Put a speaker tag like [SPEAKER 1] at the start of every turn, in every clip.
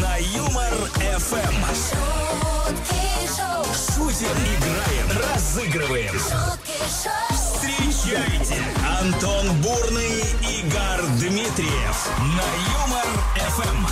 [SPEAKER 1] На Юмор ФМ шутим, играем, разыгрываем. Встречайте Антон Бурный, Игорь Дмитриев на Юмор Эм. ФМ.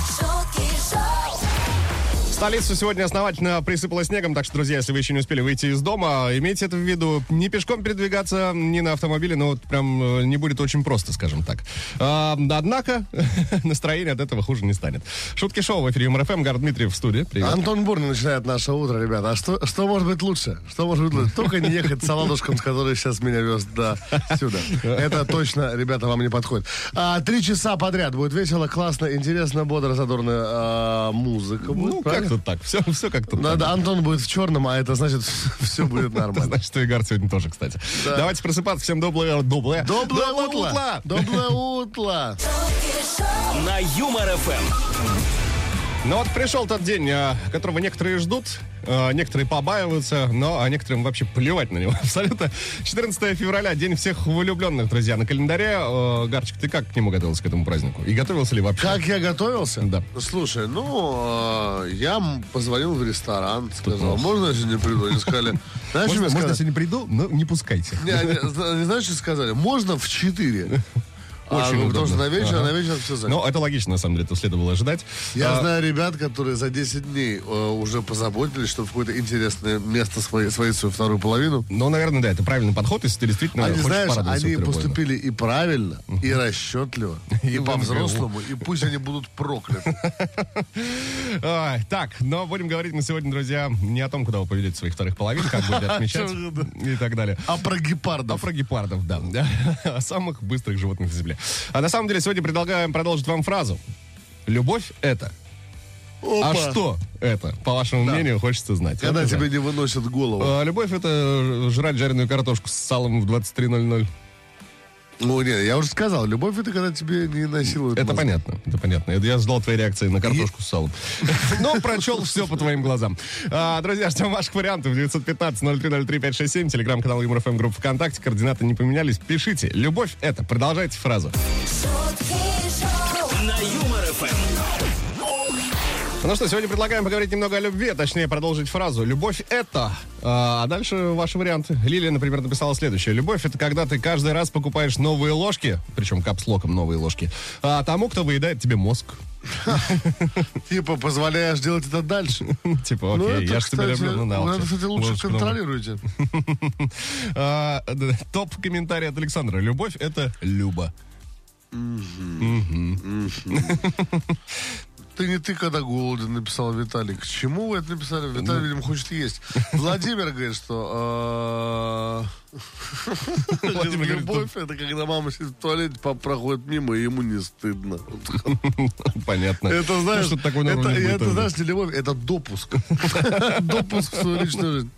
[SPEAKER 2] Столицу сегодня основательно присыпало снегом, так что, друзья, если вы еще не успели выйти из дома, имейте это в виду. Не пешком передвигаться, не на автомобиле, но вот прям э, не будет очень просто, скажем так. А, однако, настроение от этого хуже не станет. Шутки шоу в эфире МРФМ, Гар Дмитриев в студии. Привет.
[SPEAKER 3] Антон Бурный начинает наше утро, ребята. А что, что может быть лучше? Что может быть лучше? Только не ехать с оладушком, с которой сейчас меня вез до сюда. Это точно, ребята, вам не подходит. А, три часа подряд будет весело, классно, интересно, бодро, задорно. а, музыка будет,
[SPEAKER 2] Ну,
[SPEAKER 3] правильно?
[SPEAKER 2] как-то так. Все, все как-то
[SPEAKER 3] Ну Да,
[SPEAKER 2] так.
[SPEAKER 3] да, Антон будет в черном, а это значит, все будет
[SPEAKER 2] Это
[SPEAKER 3] нормально.
[SPEAKER 2] значит, что Игорь сегодня тоже, кстати.
[SPEAKER 3] Да.
[SPEAKER 2] Давайте просыпаться. Всем доброе... Доброе...
[SPEAKER 3] Доброе утро! Доброе утро!
[SPEAKER 1] На Юмор Эм. ФМ.
[SPEAKER 2] Ну вот пришел тот день, э, которого некоторые ждут, э, некоторые побаиваются, но а некоторым вообще плевать на него абсолютно. 14 февраля, день всех влюбленных, друзья, на календаре. Э, Гарчик, ты как к нему готовился, к этому празднику? И готовился ли вообще?
[SPEAKER 3] Как я готовился?
[SPEAKER 2] Да.
[SPEAKER 3] Слушай, ну, э, я м- позвонил в ресторан, сказал, можно я сегодня приду? Они сказали, знаешь, что
[SPEAKER 2] Можно,
[SPEAKER 3] мне
[SPEAKER 2] можно я
[SPEAKER 3] сказали?
[SPEAKER 2] сегодня приду, но не пускайте.
[SPEAKER 3] Не, они- они, знаешь, что сказали? Можно в 4.
[SPEAKER 2] Очень удобно.
[SPEAKER 3] Потому что на вечер,
[SPEAKER 2] Ага.
[SPEAKER 3] на вечер все занято.
[SPEAKER 2] Ну, это логично, на самом деле, это следовало ожидать.
[SPEAKER 3] Я
[SPEAKER 2] А,
[SPEAKER 3] знаю ребят, которые за 10 дней э, уже позаботились, чтобы в какое-то интересное место своей, своей свою вторую половину.
[SPEAKER 2] Ну, наверное, да, это правильный подход, если ты действительно
[SPEAKER 3] Они,
[SPEAKER 2] Ну, хочешь
[SPEAKER 3] знаешь,
[SPEAKER 2] порадоваться
[SPEAKER 3] они
[SPEAKER 2] треугольно.
[SPEAKER 3] поступили и правильно, и расчетливо, и
[SPEAKER 2] по-взрослому.
[SPEAKER 3] по-взрослому, и пусть они будут прокляты.
[SPEAKER 2] Ай, так, но будем говорить на сегодня, друзья, не о том, куда вы поведете своих вторых половин, как будете отмечать и так далее.
[SPEAKER 3] А про
[SPEAKER 2] А
[SPEAKER 3] гепардов.
[SPEAKER 2] про гепардов, да. О самых быстрых животных на Земле. А на самом деле сегодня предлагаем продолжить вам фразу. Любовь это. А
[SPEAKER 3] Опа.
[SPEAKER 2] что это, по вашему мнению, хочется знать.
[SPEAKER 3] Когда
[SPEAKER 2] Вот
[SPEAKER 3] тебе
[SPEAKER 2] это.
[SPEAKER 3] не выносят голову.
[SPEAKER 2] А, Любовь это жрать жареную картошку с салом в 23.00.
[SPEAKER 3] Ну, нет, я уже сказал, любовь это когда тебе не насилуют.
[SPEAKER 2] Это
[SPEAKER 3] мозг.
[SPEAKER 2] понятно, это понятно. Это Я ждал твоей реакции на картошку с салом. Но прочел все по твоим глазам. А, Друзья, ждем ваших вариантов. 915-0303-567, телеграм-канал ЮморФМ, группа ВКонтакте. Координаты не поменялись. Пишите. Любовь это. Продолжайте фразу.
[SPEAKER 1] На Юмор Эм. ФМ.
[SPEAKER 2] Ну что, сегодня предлагаем поговорить немного о любви, а точнее продолжить фразу. Любовь это... А а дальше ваши варианты. Лилия, например, написала следующее. Любовь это когда ты каждый раз покупаешь новые ложки, причем капслоком новые ложки, а тому, кто выедает тебе мозг.
[SPEAKER 3] Типа позволяешь делать это дальше.
[SPEAKER 2] Типа,
[SPEAKER 3] Ну,
[SPEAKER 2] окей,
[SPEAKER 3] это,
[SPEAKER 2] я же тебя
[SPEAKER 3] кстати,
[SPEAKER 2] люблю, но на
[SPEAKER 3] ну,
[SPEAKER 2] вот
[SPEAKER 3] это,
[SPEAKER 2] тебе
[SPEAKER 3] кстати, лучше
[SPEAKER 2] ложечку новую.
[SPEAKER 3] контролируйте.
[SPEAKER 2] А, д- Топ комментарий от Александра. Любовь это Люба.
[SPEAKER 3] Ты не ты, когда голоден, написал Виталий. К чему вы это написали?
[SPEAKER 2] Ну.
[SPEAKER 3] Виталий, видимо, хочет есть. Владимир говорит, что... э,
[SPEAKER 2] Владимир говорит,
[SPEAKER 3] Любовь — это когда мама сидит в туалете, папа проходит мимо, и ему не стыдно.
[SPEAKER 2] Понятно.
[SPEAKER 3] Это, знаешь,
[SPEAKER 2] что Ну, такое на
[SPEAKER 3] это,
[SPEAKER 2] уровне будет
[SPEAKER 3] это,
[SPEAKER 2] тоже.
[SPEAKER 3] знаешь, не любовь, это допуск. Допуск в свою личную жизнь.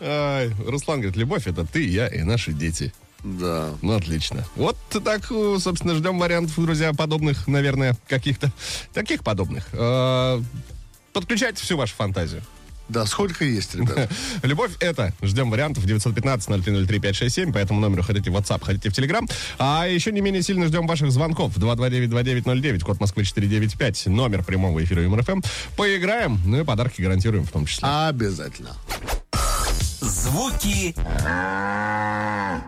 [SPEAKER 2] Ай, Руслан говорит, любовь это ты, я и наши дети.
[SPEAKER 3] Да.
[SPEAKER 2] Ну, отлично. Вот так, э, собственно, ждем вариантов, друзья, подобных, наверное, каких-то. Таких подобных. Э, Подключайте всю вашу фантазию.
[SPEAKER 3] Да, сколько есть, ребят.
[SPEAKER 2] Любовь это. Ждем вариантов 915-0303-567. По этому номеру хотите в WhatsApp, хотите в Telegram. А еще не менее сильно ждем ваших звонков. 229-2909, код Москвы 495, номер прямого эфира МРФМ. Поиграем, ну и подарки гарантируем в том числе.
[SPEAKER 3] Обязательно.
[SPEAKER 1] Звуки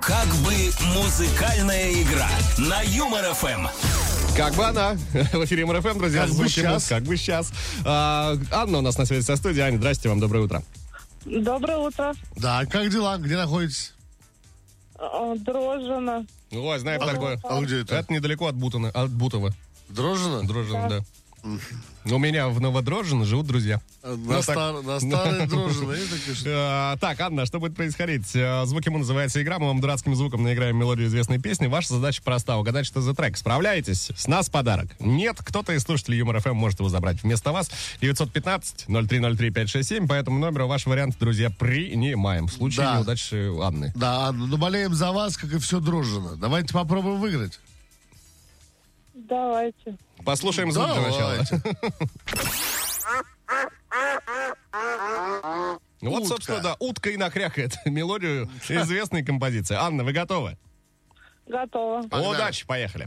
[SPEAKER 1] как бы музыкальная игра на Юмор Эм. ФМ.
[SPEAKER 2] Как бы она. В эфире МРФМ, друзья.
[SPEAKER 3] Как бы
[SPEAKER 2] звуки
[SPEAKER 3] щас.
[SPEAKER 2] муз, Как бы сейчас. А, Анна у нас на связи со студией. Аня, здрасте вам, доброе утро.
[SPEAKER 4] Доброе утро.
[SPEAKER 3] Да, как дела? Где находитесь?
[SPEAKER 4] Э, Дрожжина.
[SPEAKER 2] Ой, знаем Ну, такое.
[SPEAKER 3] А где это?
[SPEAKER 2] Это недалеко от Бутана, от Бутова.
[SPEAKER 3] Дрожжино?
[SPEAKER 2] Дрожжин, да. У меня в Новодрожжино живут друзья.
[SPEAKER 3] На,
[SPEAKER 2] Ну, так-
[SPEAKER 3] стар- на старой Дрожжино. есть такое, что-
[SPEAKER 2] Э, Так, Анна, что будет происходить? Э, Звук ему называется игра. Мы вам дурацким звуком наиграем мелодию известной песни. Ваша задача проста. Угадать, что за трек. Справляетесь? С нас подарок. Нет, кто-то из слушателей Юмор ФМ может его забрать. Вместо вас 915-0303-567. По этому номеру ваш вариант, друзья, принимаем. В случае
[SPEAKER 3] Да.
[SPEAKER 2] неудачи Анны.
[SPEAKER 3] Да, Анна, ну болеем за вас, как и все Дрожжино. Давайте попробуем выиграть.
[SPEAKER 4] Давайте.
[SPEAKER 2] Послушаем звук для начала.
[SPEAKER 3] Давайте.
[SPEAKER 2] Ну, Вот,
[SPEAKER 3] Утка.
[SPEAKER 2] собственно, да, утка и нахрякает мелодию известной композиции. Анна, вы готовы?
[SPEAKER 4] Готово.
[SPEAKER 3] Погнали.
[SPEAKER 2] Удачи, поехали.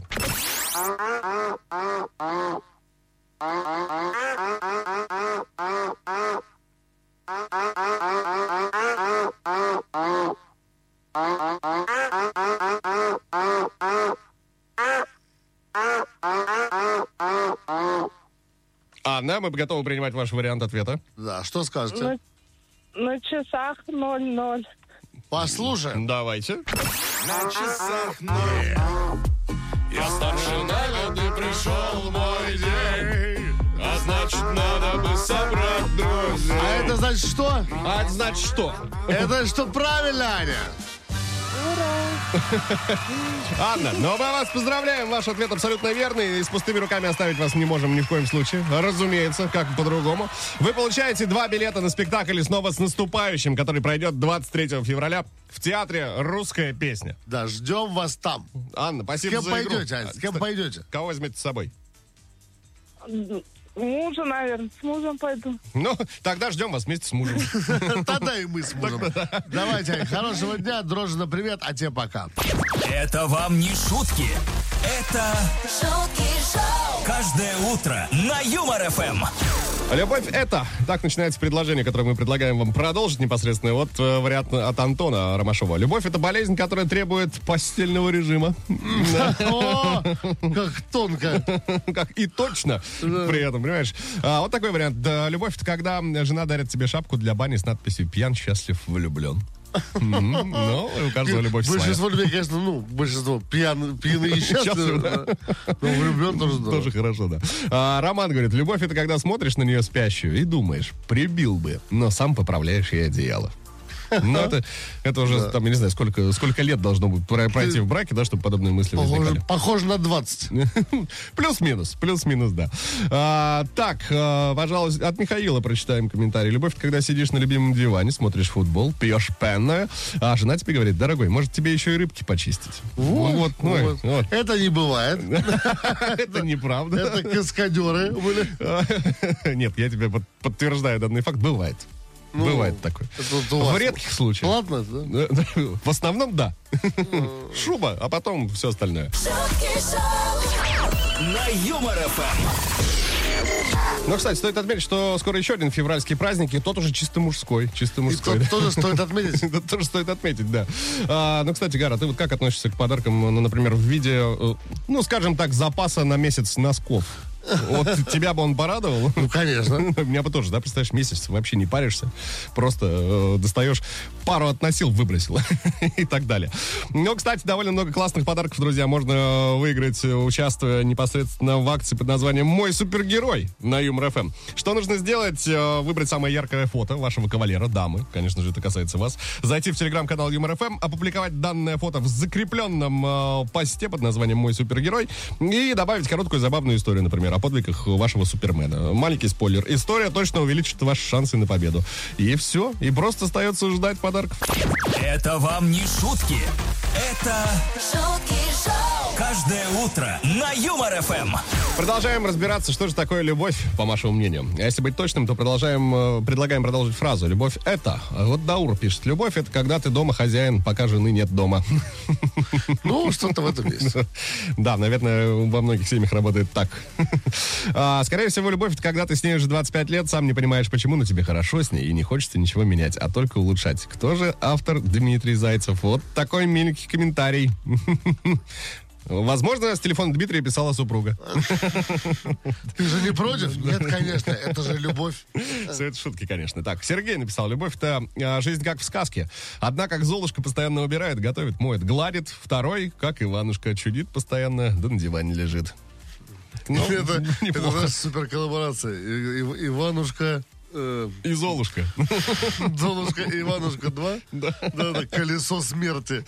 [SPEAKER 2] Ладно, мы готовы принимать ваш вариант ответа.
[SPEAKER 3] Да, что скажете?
[SPEAKER 4] На, на часах 00.
[SPEAKER 3] Послушаем.
[SPEAKER 2] Давайте.
[SPEAKER 5] Я старше на лед и пришел мой день А значит надо бы собрать друзей
[SPEAKER 3] А это значит что?
[SPEAKER 2] А это значит что?
[SPEAKER 3] Это что правильно, Аня?
[SPEAKER 2] Анна, ну мы вас поздравляем, ваш ответ абсолютно верный. И с пустыми руками оставить вас не можем ни в коем случае. Разумеется, как по-другому. Вы получаете два билета на спектакль «Снова с наступающим», который пройдет 23 февраля в театре «Русская песня».
[SPEAKER 3] Да, ждем вас там.
[SPEAKER 2] Анна,
[SPEAKER 3] С
[SPEAKER 2] спасибо
[SPEAKER 3] кем
[SPEAKER 2] за
[SPEAKER 3] пойдете,
[SPEAKER 2] игру.
[SPEAKER 3] Аня? С кем
[SPEAKER 2] Кстати,
[SPEAKER 3] пойдете?
[SPEAKER 2] Кого возьмете с собой?
[SPEAKER 4] Мужа, наверное. С мужем пойду.
[SPEAKER 2] Ну, тогда ждем вас вместе с мужем.
[SPEAKER 3] Тогда и мы с мужем. Давайте, Ань, хорошего дня, Дрожжина, привет, а тебе пока.
[SPEAKER 1] Это вам не шутки. Это
[SPEAKER 6] шутки шоу,
[SPEAKER 1] каждое утро на Юмор Эм. ФМ.
[SPEAKER 2] Любовь это. Так начинается предложение, которое мы предлагаем вам продолжить непосредственно. Вот э, вариант от Антона Ромашова. Любовь это болезнь, которая требует постельного режима.
[SPEAKER 3] О, как тонко.
[SPEAKER 2] Как и точно при этом, понимаешь? А, вот такой вариант. Да, Любовь это когда жена дарит тебе шапку для бани с надписью «Пьян, счастлив, влюблен». М, Ну, у каждого любовь своя.
[SPEAKER 3] Большинство людей, конечно, ну, большинство пьян, пьяны и счастливы.
[SPEAKER 2] Счастливы,
[SPEAKER 3] да. Но влюблен тоже здорово.
[SPEAKER 2] Тоже хорошо, да. А, Роман говорит, любовь это когда смотришь на нее спящую и думаешь, прибил бы, но сам поправляешь ей одеяло. Ну, это, это уже, там, я не знаю, сколько, сколько лет должно быть про- пройти в браке, да, чтобы подобные мысли возникали.
[SPEAKER 3] Похоже, похоже на 20.
[SPEAKER 2] Плюс-минус, плюс-минус, да. А, так, а, пожалуйста, от Михаила прочитаем комментарий. Любовь, это когда сидишь на любимом диване, смотришь футбол, пьешь пенное, а жена тебе говорит, дорогой, может тебе еще и рыбки почистить. вот, ну,
[SPEAKER 3] вот.
[SPEAKER 2] вот.
[SPEAKER 3] Это не бывает.
[SPEAKER 2] это неправда.
[SPEAKER 3] Это каскадеры были.
[SPEAKER 2] Нет, я тебе под- подтверждаю данный факт. Бывает.
[SPEAKER 3] Ну,
[SPEAKER 2] Бывает такое.
[SPEAKER 3] это вот у
[SPEAKER 2] В
[SPEAKER 3] вас
[SPEAKER 2] редких случаях.
[SPEAKER 3] Ладно, Ну. да?
[SPEAKER 2] В основном, да. Шуба, а потом все остальное.
[SPEAKER 6] шутки шоу,
[SPEAKER 1] На Юмор Эм. ФМ.
[SPEAKER 2] Но, Ну, кстати, стоит отметить, что скоро еще один февральский праздник, и тот уже чисто мужской. Чисто
[SPEAKER 3] И
[SPEAKER 2] мужской.
[SPEAKER 3] тут тоже стоит отметить.
[SPEAKER 2] Это тоже стоит отметить, да. А, ну, кстати, Гара, ты вот как относишься к подаркам, ну, например, в виде, э, ну, скажем так, запаса на месяц носков? Вот тебя бы он порадовал?
[SPEAKER 3] Ну, конечно.
[SPEAKER 2] Меня бы тоже, да, представляешь, месяц вообще не паришься, просто э, достаешь, пару относил, выбросил и так далее. Но, кстати, довольно много классных подарков, друзья, можно выиграть, э, участвуя непосредственно в акции под названием «Мой супергерой» на Юмор ФМ. Что нужно сделать? Э, Выбрать самое яркое фото вашего кавалера, дамы, конечно же, это касается вас, зайти в телеграм-канал Юмор ФМ, опубликовать данное фото в закрепленном э, посте под названием «Мой супергерой» и добавить короткую забавную историю, например, о подвигах вашего супермена. Маленький спойлер. История точно увеличит ваши шансы на победу. И все. И просто остается ждать подарков.
[SPEAKER 1] Это вам не шутки. Это
[SPEAKER 6] шутки шоу,
[SPEAKER 1] каждое утро на Юмор ФМ.
[SPEAKER 2] Продолжаем разбираться, что же такое любовь, по вашему мнению. А если быть точным, то продолжаем, э, предлагаем продолжить фразу. Любовь — это... Вот Даур пишет. Любовь — это когда ты дома хозяин, пока жены нет дома.
[SPEAKER 3] Ну, что-то в этом есть.
[SPEAKER 2] Да, наверное, во многих семьях работает так. А, Скорее всего, любовь это когда ты с ней уже 25 лет, сам не понимаешь, почему, но тебе хорошо с ней и не хочется ничего менять, а только улучшать. Кто же автор Дмитрий Зайцев? Вот такой миленький комментарий. Возможно, с телефона Дмитрия писала супруга.
[SPEAKER 3] Ты же не против? Ну, Нет, конечно, это же любовь.
[SPEAKER 2] Все это шутки, конечно. Так, Сергей написал, любовь это а, жизнь как в сказке. Одна как Золушка постоянно убирает, готовит, моет, гладит. Второй, как Иванушка, чудит постоянно, да на диване лежит. Ну,
[SPEAKER 3] Это это
[SPEAKER 2] неплохо.
[SPEAKER 3] наша суперколлаборация. И- и- Иванушка... э,
[SPEAKER 2] И Золушка.
[SPEAKER 3] Золушка и Иванушка 2? Да. да, колесо смерти.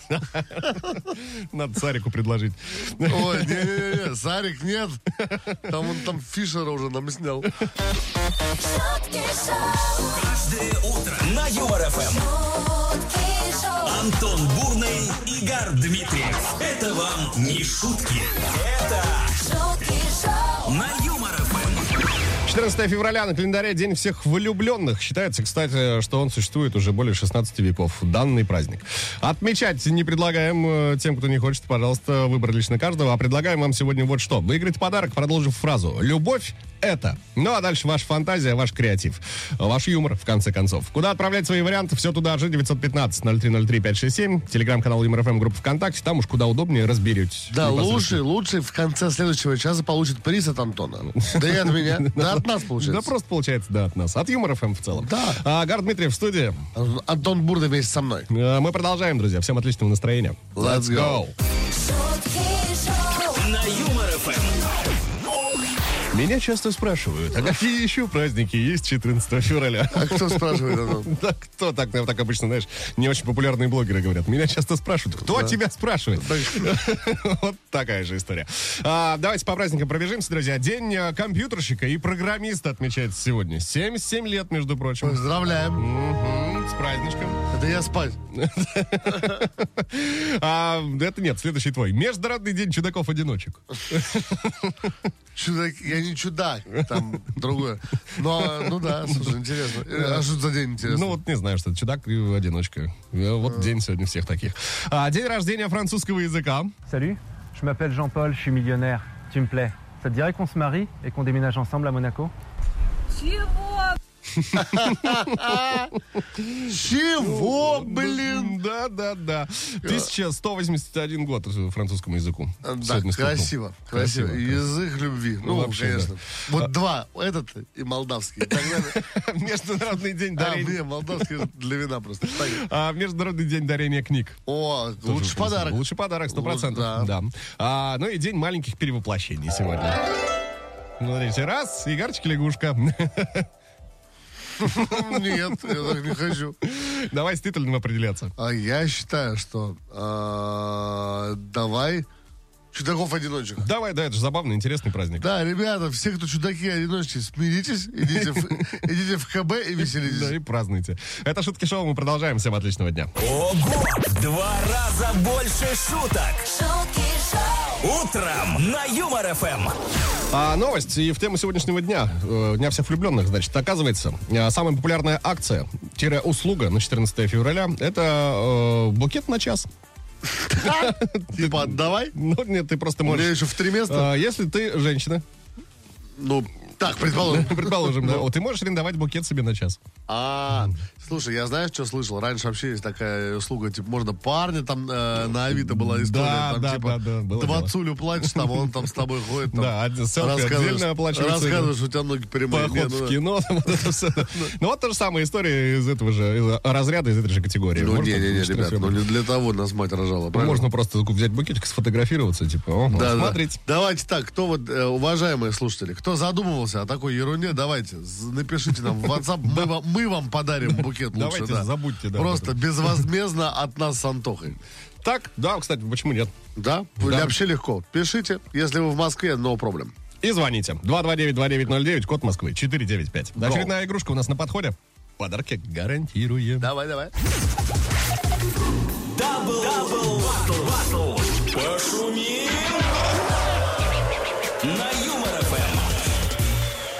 [SPEAKER 2] Надо Сарику предложить.
[SPEAKER 3] Ой, не-не-не, Сарик, нет. Там он там Фишера уже нам снял.
[SPEAKER 6] шутки шоу,
[SPEAKER 1] Каждое утро на Юмор ФМ.
[SPEAKER 6] шутки шоу,
[SPEAKER 1] Антон Бурный, Игорь Дмитриев. Это вам не шутки. Это
[SPEAKER 6] шутки шоу,
[SPEAKER 1] на Юмор ФМ.
[SPEAKER 2] 14 февраля на календаре День всех влюбленных. Считается, кстати, что он существует уже более 16 веков. Данный праздник. Отмечать не предлагаем э, тем, кто не хочет. Пожалуйста, выбор лично каждого. А предлагаем вам сегодня вот что. Выиграть подарок, продолжив фразу. Любовь это. Ну а дальше ваша фантазия, ваш креатив, ваш юмор, в конце концов. Куда отправлять свои варианты, все туда же, 915-0303-567, телеграм-канал Юмор ФМ, группа ВКонтакте, там уж куда удобнее разберетесь.
[SPEAKER 3] Да,
[SPEAKER 2] непосредственно.
[SPEAKER 3] лучший, лучший в конце следующего часа получит приз от Антона. Да и от меня. Да от нас
[SPEAKER 2] Да
[SPEAKER 3] получается.
[SPEAKER 2] просто получается, да, от нас, от Юмор ФМ в целом.
[SPEAKER 3] Да.
[SPEAKER 2] А, Гар Дмитриев в студии.
[SPEAKER 3] Антон Бурда вместе со мной.
[SPEAKER 2] Э, Мы продолжаем, друзья. Всем отличного настроения.
[SPEAKER 3] Let's go.
[SPEAKER 6] шутки шоу,
[SPEAKER 1] На Юмор ФМ.
[SPEAKER 2] Меня часто спрашивают, а какие еще праздники есть 14 февраля?
[SPEAKER 3] А кто спрашивает, Антон?
[SPEAKER 2] Да кто так, наверное, так обычно, знаешь, не очень популярные блогеры говорят. Меня часто спрашивают, кто тебя спрашивает? Вот такая же история. А, Давайте по праздникам пробежимся, друзья. День э, компьютерщика и программиста отмечается сегодня. 77 лет, между прочим.
[SPEAKER 3] Поздравляем.
[SPEAKER 2] Мгм, С праздничком.
[SPEAKER 3] Это я спать.
[SPEAKER 2] А, это нет, следующий твой. Международный день чудаков-одиночек.
[SPEAKER 3] Чудак, я не чудак, там другое. Ну, а, ну да, слушай, интересно. Э, А что за день интересно?
[SPEAKER 2] Ну вот не знаю, что это, чудак и одиночка. Э, Вот день сегодня всех таких. А, день рождения французского языка.
[SPEAKER 7] Salut, je m'appelle Jean-Paul, je suis millionnaire, tu me plais. Ça te dirait qu'on se marie et qu'on déménage ensemble à Monaco
[SPEAKER 3] Чего,
[SPEAKER 2] Ну,
[SPEAKER 3] блин?
[SPEAKER 2] Да, да, да. 1181 год французскому языку.
[SPEAKER 3] Да,
[SPEAKER 2] ну, Сегодня
[SPEAKER 3] красиво,
[SPEAKER 2] стукнул.
[SPEAKER 3] красиво,
[SPEAKER 2] Красиво, да.
[SPEAKER 3] Язык любви. Ну,
[SPEAKER 2] Вообще, А-
[SPEAKER 3] конечно. Вот два, этот и молдавский. Так надо-
[SPEAKER 2] Международный день
[SPEAKER 3] А,
[SPEAKER 2] дарения.
[SPEAKER 3] блин, молдавский для вина просто. Так.
[SPEAKER 2] А, Международный день дарения книг.
[SPEAKER 3] О,
[SPEAKER 2] Тоже
[SPEAKER 3] лучший
[SPEAKER 2] вкусно.
[SPEAKER 3] подарок.
[SPEAKER 2] Лучший подарок, сто процентов.
[SPEAKER 3] Лу-
[SPEAKER 2] Да. А, ну и день маленьких перевоплощений сегодня. Смотрите, раз, Игарчик лягушка.
[SPEAKER 3] Нет, я так не хочу.
[SPEAKER 2] Давай с титульным определяться.
[SPEAKER 3] А я считаю, что э, давай чудаков-одиночек.
[SPEAKER 2] Давай, да, это же забавный, интересный праздник.
[SPEAKER 3] Да, ребята, все, кто чудаки-одиночки, смиритесь, идите в, идите в КБ и
[SPEAKER 2] Да,
[SPEAKER 3] веселитесь.
[SPEAKER 2] и празднуйте. Это «Шутки шоу», мы продолжаем. Всем отличного дня.
[SPEAKER 1] Ого! Два раза больше шуток.
[SPEAKER 6] шутки шоу,
[SPEAKER 1] Утром на Юмор ФМ.
[SPEAKER 2] А, новость и в тему сегодняшнего дня, э, Дня всех влюбленных, значит, оказывается, э, самая популярная акция, тире услуга на 14 февраля, это э, букет на час.
[SPEAKER 3] Типа, отдавай.
[SPEAKER 2] Ну, нет, ты просто
[SPEAKER 3] У меня
[SPEAKER 2] можешь...
[SPEAKER 3] еще в три места.
[SPEAKER 2] Э, если ты женщина,
[SPEAKER 3] Ну, так, предположим.
[SPEAKER 2] предположим, да, вот ты можешь арендовать букет себе на час.
[SPEAKER 3] А, слушай, я знаешь, что слышал? Раньше вообще есть такая услуга, типа, можно парня там э, на Авито была история,
[SPEAKER 2] Да,
[SPEAKER 3] там,
[SPEAKER 2] да,
[SPEAKER 3] типа,
[SPEAKER 2] да, да, было
[SPEAKER 3] Двацулю плачешь, там, он там с тобой ходит, там,
[SPEAKER 2] Да, один селфи отдельно оплачивается.
[SPEAKER 3] рассказываешь, что у тебя ноги прямые.
[SPEAKER 2] Поход
[SPEAKER 3] Не, ну,
[SPEAKER 2] в кино, там вот это всё. Ну, вот та же самая история из этого же из разряда, из этой же категории.
[SPEAKER 3] Ну,
[SPEAKER 2] Можно
[SPEAKER 3] не-не-не,
[SPEAKER 2] что-то
[SPEAKER 3] ребят,
[SPEAKER 2] себе-
[SPEAKER 3] ну, не для того нас мать рожала,
[SPEAKER 2] Ну,
[SPEAKER 3] правильно?
[SPEAKER 2] Можно просто взять букетик, сфотографироваться, типа, о,
[SPEAKER 3] Да, да.
[SPEAKER 2] смотрите.
[SPEAKER 3] Давайте так, кто вот, э, уважаемые слушатели, кто задумывался о такой ерунде, давайте, з- напишите нам в WhatsApp, мы, вам, мы вам подарим букет лучше.
[SPEAKER 2] Давайте,
[SPEAKER 3] да.
[SPEAKER 2] забудьте, да,
[SPEAKER 3] Просто безвозмездно от нас с Антохой.
[SPEAKER 2] Так, да, кстати, почему нет?
[SPEAKER 3] Да?
[SPEAKER 2] Да.
[SPEAKER 3] Вообще легко. Пишите, если вы в Москве, no problem.
[SPEAKER 2] И звоните. 229-2909, код Москвы, 495. Очередная игрушка у нас на подходе. Подарки гарантируем.
[SPEAKER 3] Давай, давай.
[SPEAKER 1] Дабл, дабл, батл, батл. Пошумим. На Юмор ФМ.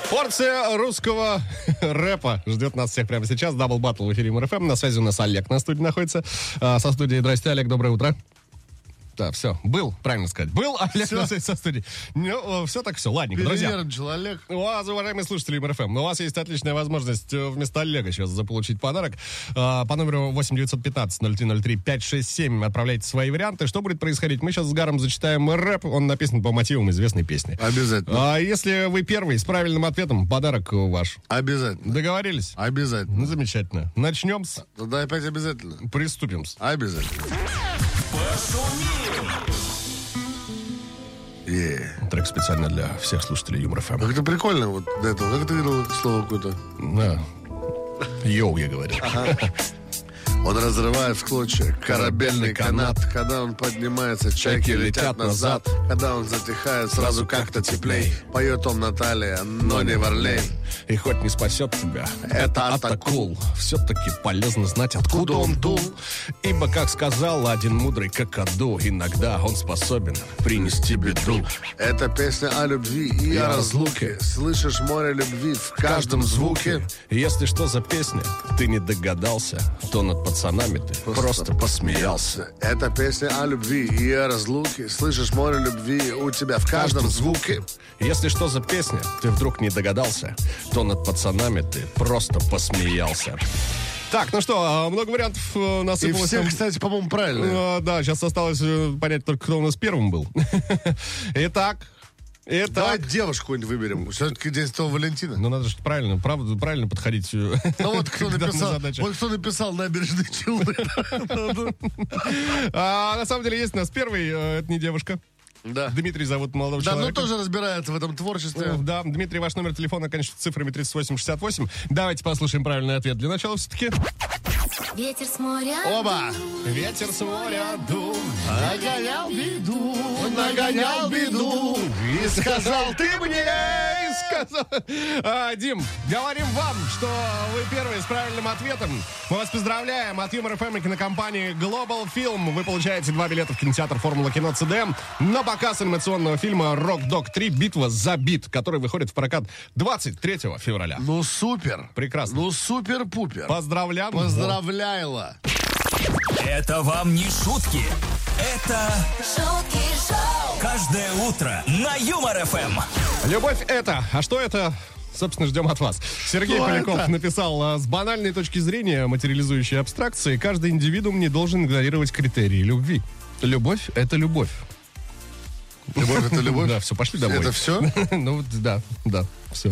[SPEAKER 2] Порция русского рэпа ждет нас всех прямо сейчас. Дабл баттл в эфире МРФМ. На связи у нас Олег на студии находится. А, со студии «Здрасте, Олег, доброе утро». Да, все, был, правильно сказать. Был Олег
[SPEAKER 3] Всё.
[SPEAKER 2] на связи со студии. Ну, все так все, ладненько, друзья.
[SPEAKER 3] Перенервничал Олег.
[SPEAKER 2] У вас, Ну, а, уважаемые слушатели МРФМ, ну, у вас есть отличная возможность э, вместо Олега сейчас заполучить подарок. Э, По номеру 8915-0303-567 отправляйте свои варианты. Что будет происходить? Мы сейчас с Гаром зачитаем рэп. Он написан по мотивам известной песни.
[SPEAKER 3] Обязательно.
[SPEAKER 2] А если вы первый с правильным ответом, подарок э, ваш.
[SPEAKER 3] Обязательно.
[SPEAKER 2] Договорились?
[SPEAKER 3] А.
[SPEAKER 2] Ну,
[SPEAKER 3] Обязательно.
[SPEAKER 2] замечательно. Начнем с...
[SPEAKER 3] Да опять обязательно.
[SPEAKER 2] Приступим с...
[SPEAKER 3] Обязательно.
[SPEAKER 1] Пошумим.
[SPEAKER 3] Е.
[SPEAKER 2] Трек специально для всех слушателей Юмор ФМ.
[SPEAKER 3] Как-то прикольно вот до этого. Как ты говорил слово какое-то?
[SPEAKER 2] Да. Йоу, я говорю.
[SPEAKER 3] Он разрывает в клочья корабельный канат. Когда он поднимается, чайки летят назад. Когда он затихает, сразу как-то теплей. Поет он Наталья, но не Варлей.
[SPEAKER 2] И хоть не спасет тебя,
[SPEAKER 3] Это
[SPEAKER 2] это
[SPEAKER 3] Атакул.
[SPEAKER 2] Атакул. Все-таки полезно знать, откуда он дул. Ибо, как сказал один мудрый какаду, иногда он способен принести беду.
[SPEAKER 3] Это песня о любви и,
[SPEAKER 2] И
[SPEAKER 3] о
[SPEAKER 2] о
[SPEAKER 3] разлуке.
[SPEAKER 2] разлуке.
[SPEAKER 3] Слышишь море любви в
[SPEAKER 2] В
[SPEAKER 3] каждом звуке.
[SPEAKER 2] Если что за песня, ты не догадался, то над пацанами ты просто, посмеялся.
[SPEAKER 3] Это песня о любви и о разлуке. Слышишь море любви у тебя в каждом звуке.
[SPEAKER 2] Если что за песня, ты вдруг не догадался, то над пацанами ты просто посмеялся. Так, ну что, а, много вариантов э,
[SPEAKER 3] И
[SPEAKER 2] насыпалось.
[SPEAKER 3] все,
[SPEAKER 2] нам.
[SPEAKER 3] кстати, по-моему, правильно.
[SPEAKER 2] Э, Да, сейчас осталось э, понять только, кто у нас первым был. Итак,
[SPEAKER 3] Давай
[SPEAKER 2] итак.
[SPEAKER 3] девушку нибудь выберем. Все-таки здесь то Валентина.
[SPEAKER 2] Ну, надо же правильно, правда, правильно подходить. э,
[SPEAKER 3] Ну вот кто
[SPEAKER 2] к данной
[SPEAKER 3] написал,
[SPEAKER 2] задаче.
[SPEAKER 3] вот кто написал набережные Челны.
[SPEAKER 2] А, на самом деле есть у нас первый, э, это не девушка.
[SPEAKER 3] Да.
[SPEAKER 2] Дмитрий зовут молодого
[SPEAKER 3] Да, ну
[SPEAKER 2] человека.
[SPEAKER 3] тоже разбирается в этом творчестве.
[SPEAKER 2] Э, Да, Дмитрий, ваш номер телефона, конечно, с цифрами 3868. Давайте послушаем правильный ответ для начала все-таки.
[SPEAKER 6] Ветер с моря.
[SPEAKER 3] Оба!
[SPEAKER 2] Ветер с моря дул.
[SPEAKER 3] Нагонял беду, нагонял беду.
[SPEAKER 2] И сказал ты мне, и сказал... А, Дим, говорим вам, что вы первые с правильным ответом. Мы вас поздравляем от Юмор ФМ и кинокомпании Global Film. Вы получаете два билета в кинотеатр Формула Кино ЦДМ на показ анимационного фильма Рок Дог 3 Битва за бит, который выходит в прокат 23 февраля.
[SPEAKER 3] Ну супер.
[SPEAKER 2] Прекрасно.
[SPEAKER 3] Ну супер-пупер.
[SPEAKER 2] Поздравляем.
[SPEAKER 3] Поздравляйла.
[SPEAKER 1] Это вам не шутки. Это
[SPEAKER 6] Шутки шоу.
[SPEAKER 1] каждое утро на Юмор ФМ.
[SPEAKER 2] Любовь это. А что это? Собственно, ждем от вас. Сергей
[SPEAKER 3] Что
[SPEAKER 2] Поляков
[SPEAKER 3] это?
[SPEAKER 2] написал, «А, с банальной точки зрения, материализующей абстракции, каждый индивидуум не должен игнорировать критерии любви. Любовь — это любовь.
[SPEAKER 3] Любовь это любовь.
[SPEAKER 2] Да, все, пошли домой.
[SPEAKER 3] Это все?
[SPEAKER 2] Ну, вот, да, да, все.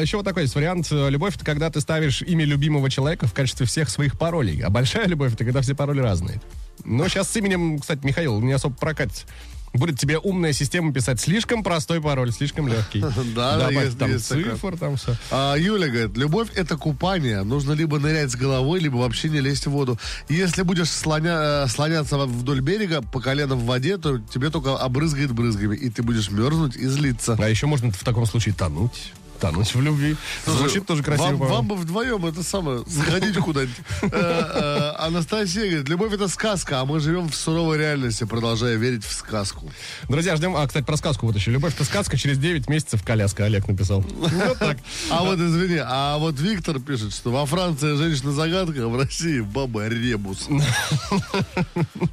[SPEAKER 2] еще вот такой есть вариант. Любовь — это когда ты ставишь имя любимого человека в качестве всех своих паролей. А большая любовь — это когда все пароли разные. Но сейчас с именем, кстати, Михаил, не особо прокатит. Будет тебе умная система писать слишком простой пароль, слишком легкий.
[SPEAKER 3] Да,
[SPEAKER 2] Добавь
[SPEAKER 3] есть-
[SPEAKER 2] там
[SPEAKER 3] есть такое.
[SPEAKER 2] цифр, там все.
[SPEAKER 3] А, Юля говорит, любовь это купание. Нужно либо нырять с головой, либо вообще не лезть в воду. Если будешь слоня- э, слоняться во- вдоль берега по колено в воде, то тебе только обрызгает брызгами, и ты будешь мерзнуть и злиться.
[SPEAKER 2] А еще можно в таком случае тонуть. Тонуть в любви. Звучит тоже красиво.
[SPEAKER 3] Вам,
[SPEAKER 2] по-моему.
[SPEAKER 3] вам бы вдвоем это самое, сходить куда-нибудь. Э, э, Анастасия говорит, любовь это сказка, а мы живем в суровой реальности, продолжая верить в сказку.
[SPEAKER 2] Друзья, ждем. А, кстати, про сказку вот еще. Любовь, это сказка через 9 месяцев коляска. Олег написал. Вот так.
[SPEAKER 3] А вот, извини, а вот Виктор пишет, что во Франции женщина-загадка, а в России баба-ребус.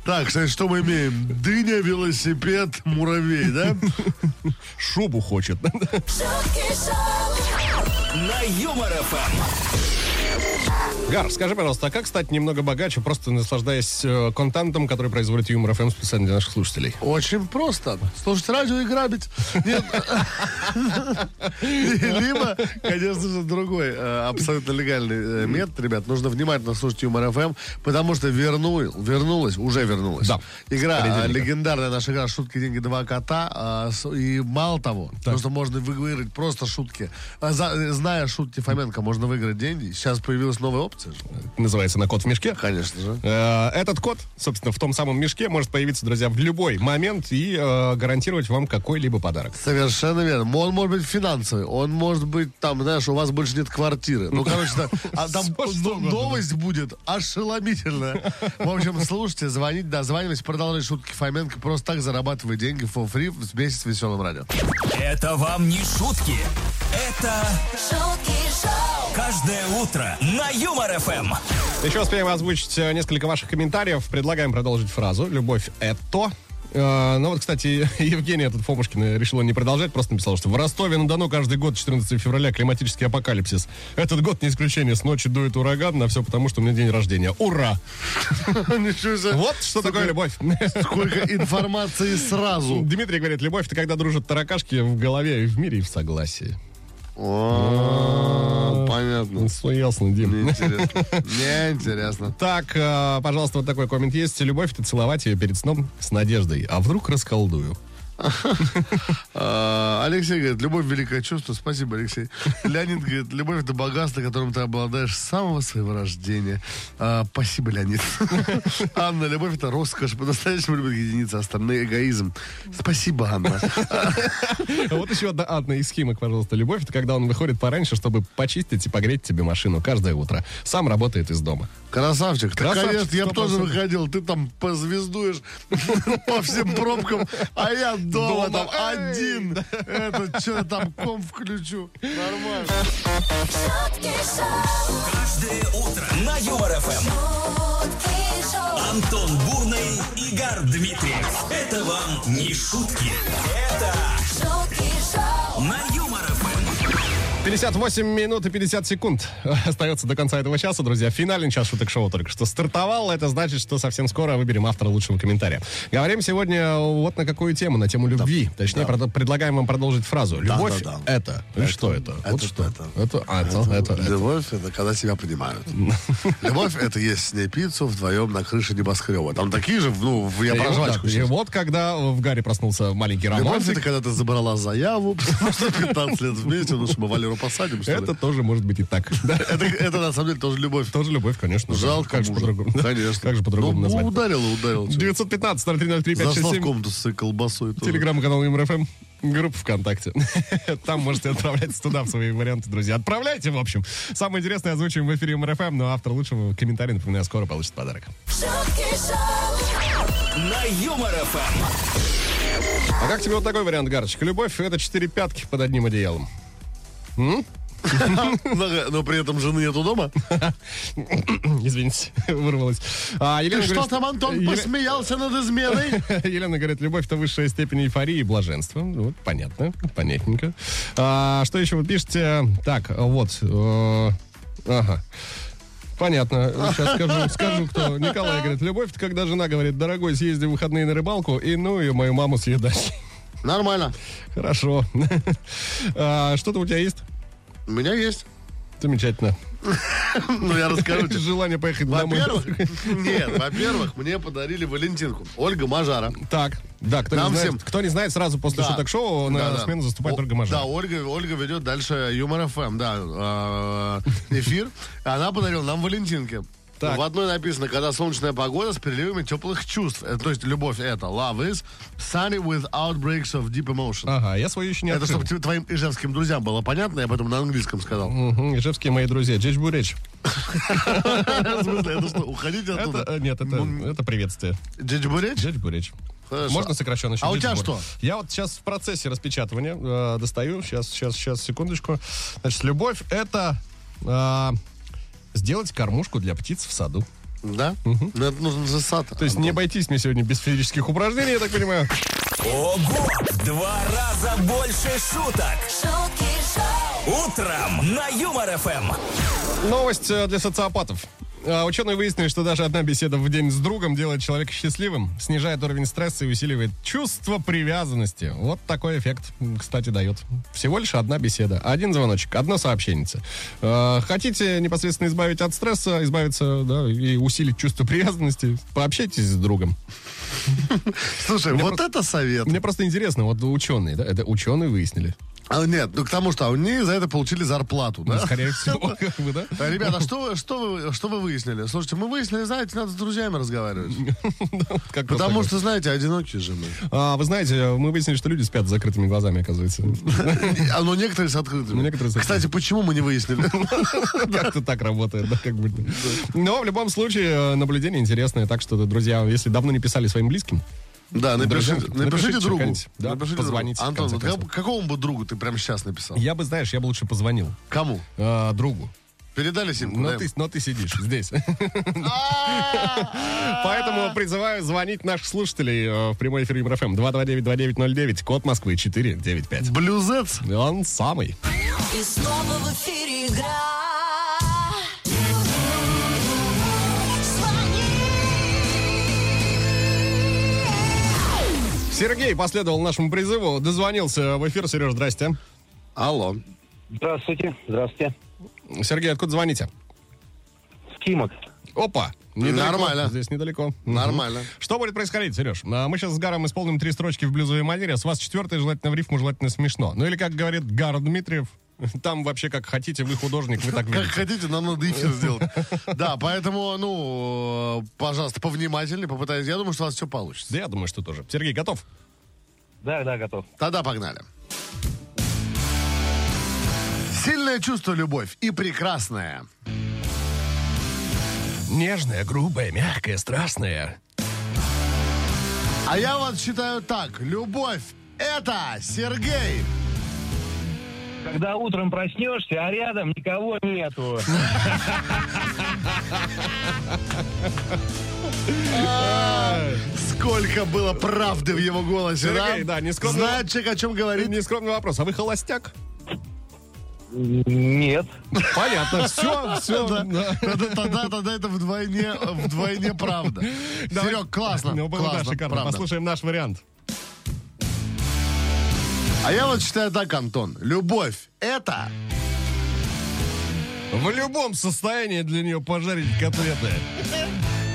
[SPEAKER 3] Так, кстати, что мы имеем? Дыня, велосипед, муравей, да?
[SPEAKER 2] Шубу хочет.
[SPEAKER 6] Шутки шоу.
[SPEAKER 1] На Юмор ФМ.
[SPEAKER 2] Гар, скажи, пожалуйста, а как стать немного богаче, просто наслаждаясь э, контентом, который производит Юмор ФМ специально для наших слушателей?
[SPEAKER 3] Очень просто. Слушать радио и грабить. Нет. Либо, конечно же, другой э, абсолютно легальный э, метод, ребят. Нужно внимательно слушать Юмор ФМ, потому что верну, вернулась, уже вернулась.
[SPEAKER 2] Да. С
[SPEAKER 3] Игра, э,
[SPEAKER 2] понедельника.
[SPEAKER 3] легендарная наша игра «Шутки, деньги, два кота». э, с- И мало того, потому что можно выиграть просто шутки. Э, за- э, Зная шутки Фоменко, можно выиграть деньги. Сейчас появилась новая опция. же.
[SPEAKER 2] Называется «На кот в мешке».
[SPEAKER 3] Конечно же.
[SPEAKER 2] Э, Этот код, собственно, в том самом мешке может появиться, друзья, в любой момент и э, гарантировать вам какой-либо подарок.
[SPEAKER 3] Совершенно верно. Он может быть финансовый, он может быть там, знаешь, у вас больше нет квартиры. Ну, короче, да, а там
[SPEAKER 2] Всё, что
[SPEAKER 3] ну,
[SPEAKER 2] угодно.
[SPEAKER 3] новость будет ошеломительная. В общем, слушайте, звонить, дозванивать, продолжать шутки Фоменко, просто так зарабатывай деньги for free вместе с веселым радио.
[SPEAKER 1] Это вам не шутки. Это
[SPEAKER 6] Шутки шоу.
[SPEAKER 1] каждое утро на Юмор ФМ.
[SPEAKER 2] Еще успеем озвучить э, несколько ваших комментариев. Предлагаем продолжить фразу «Любовь — это...» Э, Ну вот, кстати, Евгения этот Фомушкина решила не продолжать, просто написала, что в Ростове-на-Дону каждый год 14 февраля климатический апокалипсис. Этот год не исключение, с ночи дует ураган, на все потому, что у меня день рождения. Ура!
[SPEAKER 3] Ничего себе.
[SPEAKER 2] Вот что такое любовь.
[SPEAKER 3] Сколько информации сразу.
[SPEAKER 2] Дмитрий говорит, любовь это когда дружат таракашки в голове и в мире и в согласии.
[SPEAKER 3] О, Понятно.
[SPEAKER 2] Ну, всё ясно, Дим.
[SPEAKER 3] Неинтересно. Неинтересно.
[SPEAKER 2] Так, э, пожалуйста, вот такой коммент есть. Любовь это целовать ее перед сном с надеждой. А вдруг расколдую?
[SPEAKER 3] А, Алексей говорит, любовь великое чувство. Спасибо, Алексей. Леонид говорит, любовь это богатство, которым ты обладаешь с самого своего рождения. А, спасибо, Леонид. Анна, любовь это роскошь. По-настоящему любят единицы, а остальные эгоизм. Спасибо, Анна.
[SPEAKER 2] А Вот еще одна, одна из схемок, пожалуйста. Любовь, это когда он выходит пораньше, чтобы почистить и погреть тебе машину каждое утро. Сам работает из дома.
[SPEAKER 3] Красавчик. Так,
[SPEAKER 2] Красавчик,
[SPEAKER 3] конечно, я бы тоже
[SPEAKER 2] 100%.
[SPEAKER 3] выходил. Ты там позвездуешь по всем пробкам, а я дома
[SPEAKER 2] Дома.
[SPEAKER 3] там
[SPEAKER 2] Эй.
[SPEAKER 3] один. Это что там ком включу. Нормально.
[SPEAKER 6] шутки шоу,
[SPEAKER 1] Каждое утро на Юмор ФМ.
[SPEAKER 6] шутки шоу,
[SPEAKER 1] Антон Бурный, Игорь Дмитриев. Это вам не шутки. Это
[SPEAKER 6] шутки шоу,
[SPEAKER 1] на Юмор ФМ.
[SPEAKER 2] 58 минут и 50 секунд остается до конца этого часа, друзья. Финальный час шуток шоу только что стартовал. Это значит, что совсем скоро выберем автора лучшего комментария. Говорим сегодня вот на какую тему, на тему любви. Точнее, прод- предлагаем вам продолжить фразу. Любовь
[SPEAKER 3] да, да.
[SPEAKER 2] это. И что это? вот
[SPEAKER 3] это,
[SPEAKER 2] что
[SPEAKER 3] это.
[SPEAKER 2] Это, а, это, это, это.
[SPEAKER 3] Любовь это когда тебя понимают. Любовь это есть с ней пиццу вдвоем на крыше небоскреба. Там такие же, ну, в- я
[SPEAKER 2] И
[SPEAKER 3] про
[SPEAKER 2] вот,
[SPEAKER 3] жвачку
[SPEAKER 2] да, и
[SPEAKER 3] сейчас.
[SPEAKER 2] вот когда в Гарри проснулся маленький
[SPEAKER 3] Любовь это
[SPEAKER 2] романтик,
[SPEAKER 3] когда ты забрала заяву, потому что 15 лет вместе, ну что мы Валеру посадим, что ли?
[SPEAKER 2] это тоже может быть и так. Да.
[SPEAKER 3] Это, это, на самом деле тоже любовь.
[SPEAKER 2] Тоже любовь, конечно. же.
[SPEAKER 3] Жалко
[SPEAKER 2] Как же
[SPEAKER 3] мужа.
[SPEAKER 2] по-другому? да?
[SPEAKER 3] Конечно.
[SPEAKER 2] Как же по-другому
[SPEAKER 3] ну,
[SPEAKER 2] назвать?
[SPEAKER 3] ударила, ударила. чё.
[SPEAKER 2] 915 0303
[SPEAKER 3] Зашла в
[SPEAKER 2] 567
[SPEAKER 3] комнату с своей колбасой. тоже.
[SPEAKER 2] Телеграм-канал МРФМ. Группа ВКонтакте. Там можете отправлять туда в свои варианты, друзья. Отправляйте, в общем. Самое интересное озвучиваем в эфире МРФМ, но Ну, а автор лучшего комментария, напоминаю, скоро получит подарок.
[SPEAKER 6] шутки шоу,
[SPEAKER 1] На Юмор ФМ.
[SPEAKER 2] А как тебе вот такой вариант, Гарочка? Любовь — это четыре пятки под одним одеялом.
[SPEAKER 3] Но, но при этом жены нету дома.
[SPEAKER 2] Извините, вырвалось. А, Елена
[SPEAKER 3] Ты что
[SPEAKER 2] говорит,
[SPEAKER 3] там, Антон,
[SPEAKER 2] Еле-
[SPEAKER 3] посмеялся над изменой?
[SPEAKER 2] Елена говорит, любовь это высшая степень эйфории и блаженства. Вот, понятно, понятненько. А, что еще вы пишете? Так, вот. э, ага. Понятно. Сейчас скажу, скажу, кто. Николай говорит, любовь это когда жена говорит, дорогой, съезди в выходные на рыбалку, и ну ее мою маму съедать.
[SPEAKER 3] Нормально.
[SPEAKER 2] Хорошо. А, Что-то у тебя есть?
[SPEAKER 3] У меня есть.
[SPEAKER 2] Замечательно.
[SPEAKER 3] Ну, я расскажу тебе.
[SPEAKER 2] Желание поехать домой.
[SPEAKER 3] Во-первых, нет, во-первых, мне подарили Валентинку. Ольга Мажара.
[SPEAKER 2] Так, да, кто,
[SPEAKER 3] Нам
[SPEAKER 2] не знает,
[SPEAKER 3] всем.
[SPEAKER 2] кто не знает, сразу после
[SPEAKER 3] Да.
[SPEAKER 2] шуток-шоу на
[SPEAKER 3] Да-да.
[SPEAKER 2] смену заступает
[SPEAKER 3] О-
[SPEAKER 2] Ольга Мажара.
[SPEAKER 3] Да, Ольга, Ольга ведет дальше Юмор ФМ, да, э, эфир. Она подарила нам Валентинки.
[SPEAKER 2] Так.
[SPEAKER 3] В одной написано, когда солнечная погода с переливами теплых чувств. Э, То есть любовь это love is sunny with outbreaks of deep emotion.
[SPEAKER 2] Ага, я свою еще не
[SPEAKER 3] Это
[SPEAKER 2] открыл.
[SPEAKER 3] чтобы тебе- твоим ижевским друзьям было понятно, я поэтому на английском сказал.
[SPEAKER 2] Мгм, Ижевские мои друзья, Джечбуреч.
[SPEAKER 3] В смысле, это что, уходите
[SPEAKER 2] Это, э,
[SPEAKER 3] оттуда?
[SPEAKER 2] нет, это, это приветствие.
[SPEAKER 3] Джиджбуречь?
[SPEAKER 2] Джечбуреч.
[SPEAKER 3] Хорошо.
[SPEAKER 2] Можно сокращенно еще
[SPEAKER 3] А у тебя
[SPEAKER 2] Джечбур.
[SPEAKER 3] что?
[SPEAKER 2] Я вот сейчас в процессе распечатывания э, достаю. Сейчас, сейчас, сейчас, секундочку. Значит, любовь это э, сделать кормушку для птиц в саду.
[SPEAKER 3] Да? Ну, это нужен же сад.
[SPEAKER 2] То есть не обойтись мне сегодня без физических упражнений, я так понимаю.
[SPEAKER 1] Ого! В Два раза больше шуток.
[SPEAKER 6] шутки шоу,
[SPEAKER 1] Утром на Юмор ФМ.
[SPEAKER 2] Новость э, для социопатов. А, Ученые выяснили, что даже одна беседа в день с другом делает человека счастливым, снижает уровень стресса и усиливает чувство привязанности. Вот такой эффект, м, кстати, дает. Всего лишь одна беседа, один звоночек, одно сообщение. Хотите непосредственно избавить от стресса, избавиться да, и усилить чувство привязанности, пообщайтесь с другом.
[SPEAKER 3] Слушай, вот это совет.
[SPEAKER 2] Мне просто интересно, вот ученые, да, это ученые выяснили.
[SPEAKER 3] А, нет, ну к тому, что они за это получили зарплату, да?
[SPEAKER 2] Скорее всего, как бы, да?
[SPEAKER 3] А, Ребята, а что, вы- что, вы, что вы выяснили? Слушайте, мы выяснили, знаете, надо с друзьями разговаривать.
[SPEAKER 2] ну, Как вот
[SPEAKER 3] Потому
[SPEAKER 2] такое.
[SPEAKER 3] что, знаете, одинокие же мы.
[SPEAKER 2] А, Вы знаете, мы выяснили, что люди спят с закрытыми глазами, оказывается.
[SPEAKER 3] А, Но некоторые с открытыми.
[SPEAKER 2] Ну, некоторые с открытыми.
[SPEAKER 3] Кстати, почему мы не выяснили?
[SPEAKER 2] Как-то так работает, да, как будто. Но в любом случае, э, наблюдение интересное. Так что, друзья, если давно не писали своим близким,
[SPEAKER 3] Да, напишите,
[SPEAKER 2] Друзья,
[SPEAKER 3] напишите
[SPEAKER 2] напишите
[SPEAKER 3] другу.
[SPEAKER 2] что-нибудь, да,
[SPEAKER 3] Напишите
[SPEAKER 2] позвоните,
[SPEAKER 3] другу.
[SPEAKER 2] в
[SPEAKER 3] Антон,
[SPEAKER 2] конце
[SPEAKER 3] вот как-
[SPEAKER 2] концов.
[SPEAKER 3] какому бы другу ты прямо сейчас написал?
[SPEAKER 2] я бы, знаешь, я бы лучше позвонил
[SPEAKER 3] Кому?
[SPEAKER 2] э, другу.
[SPEAKER 3] Передали симку?
[SPEAKER 2] Но
[SPEAKER 3] да?
[SPEAKER 2] Ну, ты, но ты сидишь здесь.
[SPEAKER 3] А-а-а!
[SPEAKER 2] Поэтому призываю звонить наших слушателей э, в прямой эфир МРФМ 229-2909, код Москвы 495.
[SPEAKER 3] Блюзец?
[SPEAKER 2] Он самый.
[SPEAKER 6] и снова в эфире игра. Звони.
[SPEAKER 2] Сергей последовал нашему призыву, дозвонился в эфир. Сереж, здрасте.
[SPEAKER 3] Алло.
[SPEAKER 8] Здравствуйте, здравствуйте.
[SPEAKER 2] Сергей, откуда звоните?
[SPEAKER 8] Скимок.
[SPEAKER 2] Опа! Недалеко.
[SPEAKER 3] Нормально.
[SPEAKER 2] Здесь недалеко.
[SPEAKER 3] Нормально.
[SPEAKER 2] Мгм. Что будет происходить, Сереж? А, Мы сейчас с Гаром исполним три строчки в блюзовой манере. С вас четвертая, желательно в рифму, желательно смешно. Ну или, как говорит Гар Дмитриев, там вообще как хотите, вы художник, вы так
[SPEAKER 3] Как
[SPEAKER 2] видите.
[SPEAKER 3] хотите, нам надо эфир сделать. Да, поэтому, ну, э, пожалуйста, повнимательнее, попытайтесь. Я думаю, что у вас все получится.
[SPEAKER 2] Да я думаю, что тоже. Сергей, готов?
[SPEAKER 8] Да, да, готов.
[SPEAKER 3] Тогда погнали. Сильное чувство, любовь и прекрасное.
[SPEAKER 2] Нежная, грубая, мягкая, страстная.
[SPEAKER 3] А я вот считаю так. Любовь — это Сергей.
[SPEAKER 8] Когда утром проснешься, а рядом никого нету.
[SPEAKER 3] Сколько было правды в его голосе, да?
[SPEAKER 2] Сергей, да, не скромно.
[SPEAKER 3] Знает человек, о чем говорит.
[SPEAKER 2] Нескромный вопрос. А вы холостяк?
[SPEAKER 8] Нет.
[SPEAKER 2] Понятно. Все, все.
[SPEAKER 3] Да. Тогда, тогда, тогда это вдвойне, вдвойне правда. Серег, классно.
[SPEAKER 2] Ну, было да,
[SPEAKER 3] классно,
[SPEAKER 2] шикарно.
[SPEAKER 3] правда.
[SPEAKER 2] Послушаем наш вариант.
[SPEAKER 3] А я вот считаю так, Антон. Любовь — это...
[SPEAKER 2] В любом состоянии для нее пожарить котлеты.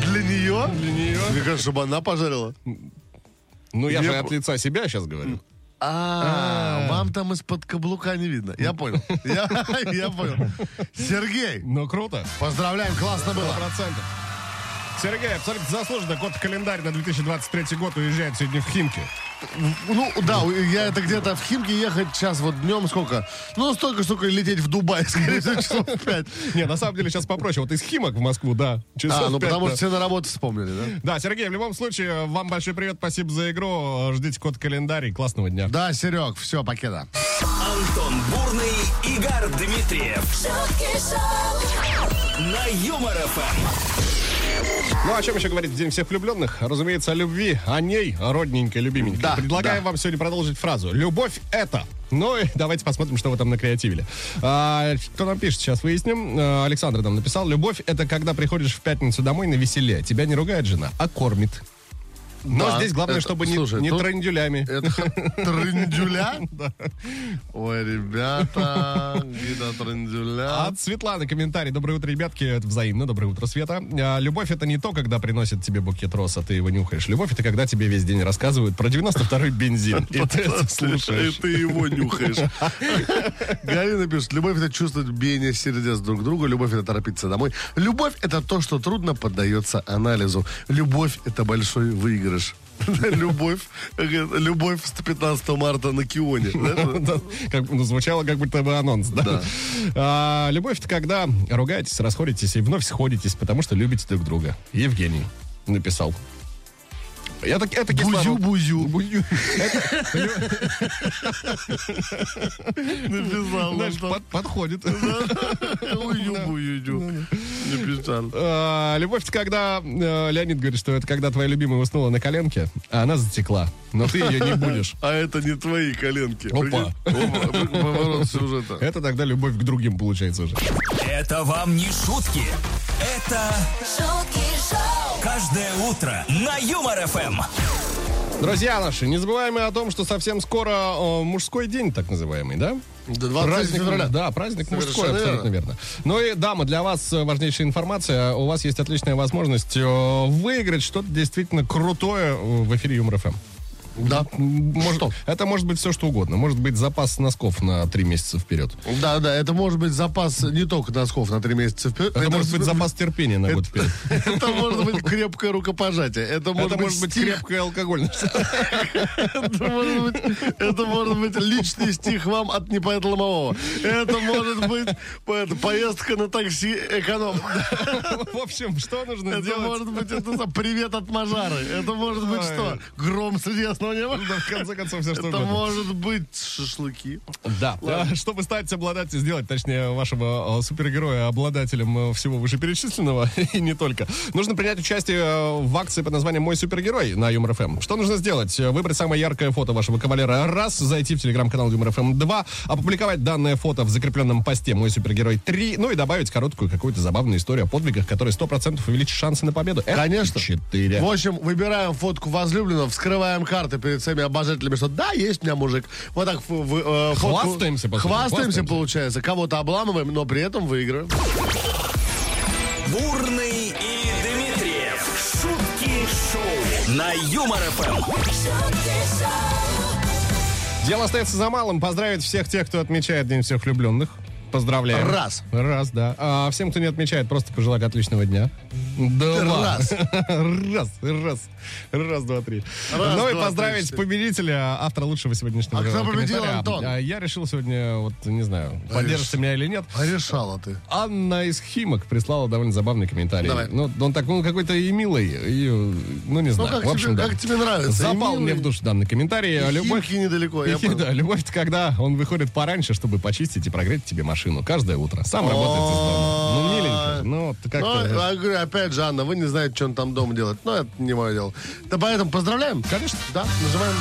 [SPEAKER 3] Для нее?
[SPEAKER 2] Для нее.
[SPEAKER 3] Мне кажется, чтобы она пожарила.
[SPEAKER 2] Ну, я
[SPEAKER 3] Мне
[SPEAKER 2] же
[SPEAKER 3] б-
[SPEAKER 2] от лица себя сейчас говорю.
[SPEAKER 3] А, вам там из-под каблука не видно. Я понял. Я, я понял. Сергей,
[SPEAKER 2] Ну, круто.
[SPEAKER 3] поздравляем, классно было.
[SPEAKER 2] процентов. Сергей, абсолютно заслуженно. Кот в календарь на 2023 год уезжает сегодня в Химки.
[SPEAKER 3] Ну, да, я это где-то в Химки ехать сейчас вот днем сколько? Ну, столько, сколько лететь в Дубай, скорее всего, часов в пять.
[SPEAKER 2] Не, на самом деле сейчас попроще. Вот из Химок в Москву, да. часов
[SPEAKER 3] А, ну
[SPEAKER 2] пять,
[SPEAKER 3] потому
[SPEAKER 2] да.
[SPEAKER 3] что все на работу вспомнили, да?
[SPEAKER 2] Да, Сергей, в любом случае, вам большой привет, спасибо за игру. Ждите код календарь и классного дня.
[SPEAKER 3] Да, Серег, все, покеда.
[SPEAKER 1] Антон Бурный, Игорь Дмитриев
[SPEAKER 6] шутки шоу,
[SPEAKER 1] на Юмор ФМ.
[SPEAKER 2] Ну, о чем еще говорить в День всех влюбленных? Разумеется, о любви, о ней, родненькой, любименькой.
[SPEAKER 3] Да,
[SPEAKER 2] Предлагаю
[SPEAKER 3] да.
[SPEAKER 2] вам сегодня продолжить фразу. Любовь — это... Ну и давайте посмотрим, что вы там накреативили. А, кто нам пишет, сейчас выясним. А, Александр нам написал. Любовь — это когда приходишь в пятницу домой на веселе. Тебя не ругает жена, а кормит. Но
[SPEAKER 3] Да,
[SPEAKER 2] здесь главное,
[SPEAKER 3] это-
[SPEAKER 2] чтобы не,
[SPEAKER 3] слушай,
[SPEAKER 2] не
[SPEAKER 3] тут- э,
[SPEAKER 2] трындюлями.
[SPEAKER 3] Это х- трындюля? Ой, ребята, Гида трындюля.
[SPEAKER 2] А От Светланы комментарий. Доброе утро, ребятки. Это взаимно. Доброе утро, Света. А, любовь это не то, когда приносит тебе букет роз, а ты его нюхаешь. Любовь это когда тебе весь день рассказывают про 92-й бензин. И ты это слушаешь.
[SPEAKER 3] И ты его нюхаешь. Галина пишет, любовь это чувствовать биение сердец друг друга, любовь это торопиться домой. Любовь это то, что трудно поддается анализу. Любовь это большой выигрыш. Любовь, э, любовь с 15 марта на Кионе. Знаешь,
[SPEAKER 2] Да, Как, ну, звучало как будто бы анонс, да? А, любовь это когда ругаетесь, расходитесь и вновь сходитесь, потому что любите друг друга. Евгений написал. Я так, это кислород.
[SPEAKER 3] Бузю-бузю.
[SPEAKER 2] Бузю.
[SPEAKER 3] Написал. он
[SPEAKER 2] Знаешь,
[SPEAKER 3] там.
[SPEAKER 2] под- подходит.
[SPEAKER 3] Ую-бую-дю.
[SPEAKER 2] Ну,
[SPEAKER 3] Написал.
[SPEAKER 2] А, Любовь, это когда э, Леонид говорит, что это когда твоя любимая уснула на коленке, а она затекла, но ты ее не будешь.
[SPEAKER 3] А это не твои коленки.
[SPEAKER 2] Опа.
[SPEAKER 3] Прикинь? Опа, Поворот сюжета.
[SPEAKER 2] Это тогда любовь к другим получается уже.
[SPEAKER 1] Это вам не шутки. Это
[SPEAKER 6] шутки шоу,
[SPEAKER 1] каждое утро на Юмор ФМ.
[SPEAKER 2] Друзья наши, не забываем и о том, что совсем скоро э, мужской день, так называемый, да?
[SPEAKER 3] До 20 февраля.
[SPEAKER 2] Да, праздник мужской,
[SPEAKER 3] Совершенно
[SPEAKER 2] абсолютно верно. Ну и, дама, для вас э, важнейшая информация. У вас есть отличная возможность э, выиграть что-то действительно крутое э, в эфире Юмор ФМ.
[SPEAKER 3] Да.
[SPEAKER 2] Может- это может быть все что угодно. Может быть запас носков на три месяца вперед.
[SPEAKER 3] Да, да, это может быть запас не только носков на 3 месяца вперед.
[SPEAKER 2] Это, может быть запас терпения на год вперед.
[SPEAKER 3] Это может быть крепкое рукопожатие. Это может
[SPEAKER 2] Это
[SPEAKER 3] быть
[SPEAKER 2] может быть
[SPEAKER 3] стих.
[SPEAKER 2] крепкое алкоголь.
[SPEAKER 3] Это может быть, это может быть личный стих вам от непонятно ломового. Это может быть это, поездка на такси эконом.
[SPEAKER 2] В общем, что нужно
[SPEAKER 3] Это
[SPEAKER 2] сделать?
[SPEAKER 3] может быть это, за- привет от Мажары. Это может быть
[SPEAKER 2] Ой. Ну
[SPEAKER 3] что? Гром среди ясного неба.
[SPEAKER 2] Да, в конце концов, все что
[SPEAKER 3] Это
[SPEAKER 2] угодно.
[SPEAKER 3] может быть шашлыки.
[SPEAKER 2] Да. А, Чтобы стать обладателем, сделать, точнее, вашего э, супергероя обладателем э, всего вышеперечисленного, и не только, нужно принять участие э, в акции под названием «Мой супергерой» на Юмор ФМ. Что нужно сделать? Э, Выбрать самое яркое фото вашего кавалера раз, зайти в телеграм-канал Юмор ФМ 2, опубликовать данное фото в закрепленном посте «Мой супергерой 3», ну и добавить короткую какую-то забавную историю о подвигах, которая 100% увеличит шансы на победу. Это
[SPEAKER 3] Конечно.
[SPEAKER 2] Четыре.
[SPEAKER 3] В общем, выбираем фотку возлюбленного, вскрываем карты перед своими обожателями, что да, есть у меня мужик. Вот так фу- вы- э, фотку-
[SPEAKER 2] Хвастаемся, по сути,
[SPEAKER 3] Хвастаемся,
[SPEAKER 2] хвастаемся.
[SPEAKER 3] получается. Кого-то обламываем, но при этом выигрываем.
[SPEAKER 1] Бурный и Дмитрий. на Юмор ФМ.
[SPEAKER 6] шутки шоу,
[SPEAKER 2] Дело остается за малым. Поздравить всех тех, кто отмечает День всех влюбленных. Поздравляем.
[SPEAKER 3] Раз.
[SPEAKER 2] Раз, да. А всем, кто не отмечает, просто пожелать отличного дня. Два.
[SPEAKER 3] Раз.
[SPEAKER 2] Раз, раз. Раз, два, три.
[SPEAKER 3] Раз,
[SPEAKER 2] ну и
[SPEAKER 3] два, три,
[SPEAKER 2] поздравить
[SPEAKER 3] четыре.
[SPEAKER 2] победителя, автора лучшего сегодняшнего
[SPEAKER 3] А кто победил,
[SPEAKER 2] комментария.
[SPEAKER 3] Антон?
[SPEAKER 2] А Я решил сегодня, вот не знаю, поддержишь ты меня или нет.
[SPEAKER 3] А решала ты.
[SPEAKER 2] Анна из Химок прислала довольно забавный комментарий.
[SPEAKER 3] Давай.
[SPEAKER 2] Ну, он такой, он какой-то и милый, и, ну, не
[SPEAKER 3] Ну,
[SPEAKER 2] знаю.
[SPEAKER 3] как,
[SPEAKER 2] в общем,
[SPEAKER 3] тебе,
[SPEAKER 2] да.
[SPEAKER 3] как тебе нравится?
[SPEAKER 2] Запал
[SPEAKER 3] И
[SPEAKER 2] мне
[SPEAKER 3] милый,
[SPEAKER 2] в душу данный комментарий.
[SPEAKER 3] и
[SPEAKER 2] Любовь
[SPEAKER 3] Химки недалеко, я
[SPEAKER 2] Прикинь,
[SPEAKER 3] понял.
[SPEAKER 2] да, любовь это когда он выходит пораньше, чтобы почистить и прогреть тебе машину каждое утро. Сам работает из дома. Ну, миленько. же. Ну, вот
[SPEAKER 3] Ну,
[SPEAKER 2] как-то.
[SPEAKER 3] я говорю, опять же, Анна, вы не знаете, что он там дома делает. Ну, это не мое дело. Да поэтому поздравляем.
[SPEAKER 2] Конечно.
[SPEAKER 3] Да, нажимаем.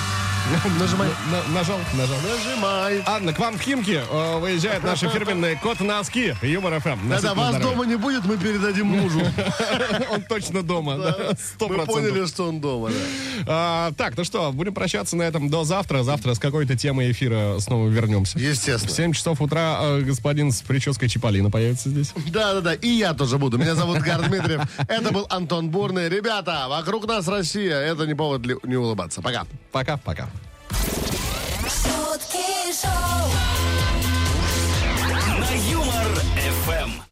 [SPEAKER 3] Нажимай.
[SPEAKER 2] На- Нажал, нажал.
[SPEAKER 3] Нажимай.
[SPEAKER 2] Анна, к вам в Химки э, выезжают наши фирменные кот-носки. Юмор ФМ.
[SPEAKER 3] Да-да,
[SPEAKER 2] Носите на
[SPEAKER 3] вас
[SPEAKER 2] здоровье.
[SPEAKER 3] дома не будет, мы передадим мужу.
[SPEAKER 2] Он точно дома. да, Сто
[SPEAKER 3] Мы
[SPEAKER 2] процентов.
[SPEAKER 3] поняли, что он дома. да.
[SPEAKER 2] А, Так, ну что, будем прощаться на этом до завтра. Завтра с какой-то темой эфира снова вернемся. В
[SPEAKER 3] Естественно.
[SPEAKER 2] 7 часов утра э, господин с прической Чиполлино появится здесь.
[SPEAKER 3] Да-да-да, и я тоже буду. Меня зовут Гар Дмитриев. Это был Антон Бурный. Ребята, вокруг нас Россия. Это не повод ли- не улыбаться. Пока.
[SPEAKER 2] Пока-пока.
[SPEAKER 6] шутки шоу.
[SPEAKER 1] На Юмор ФМ.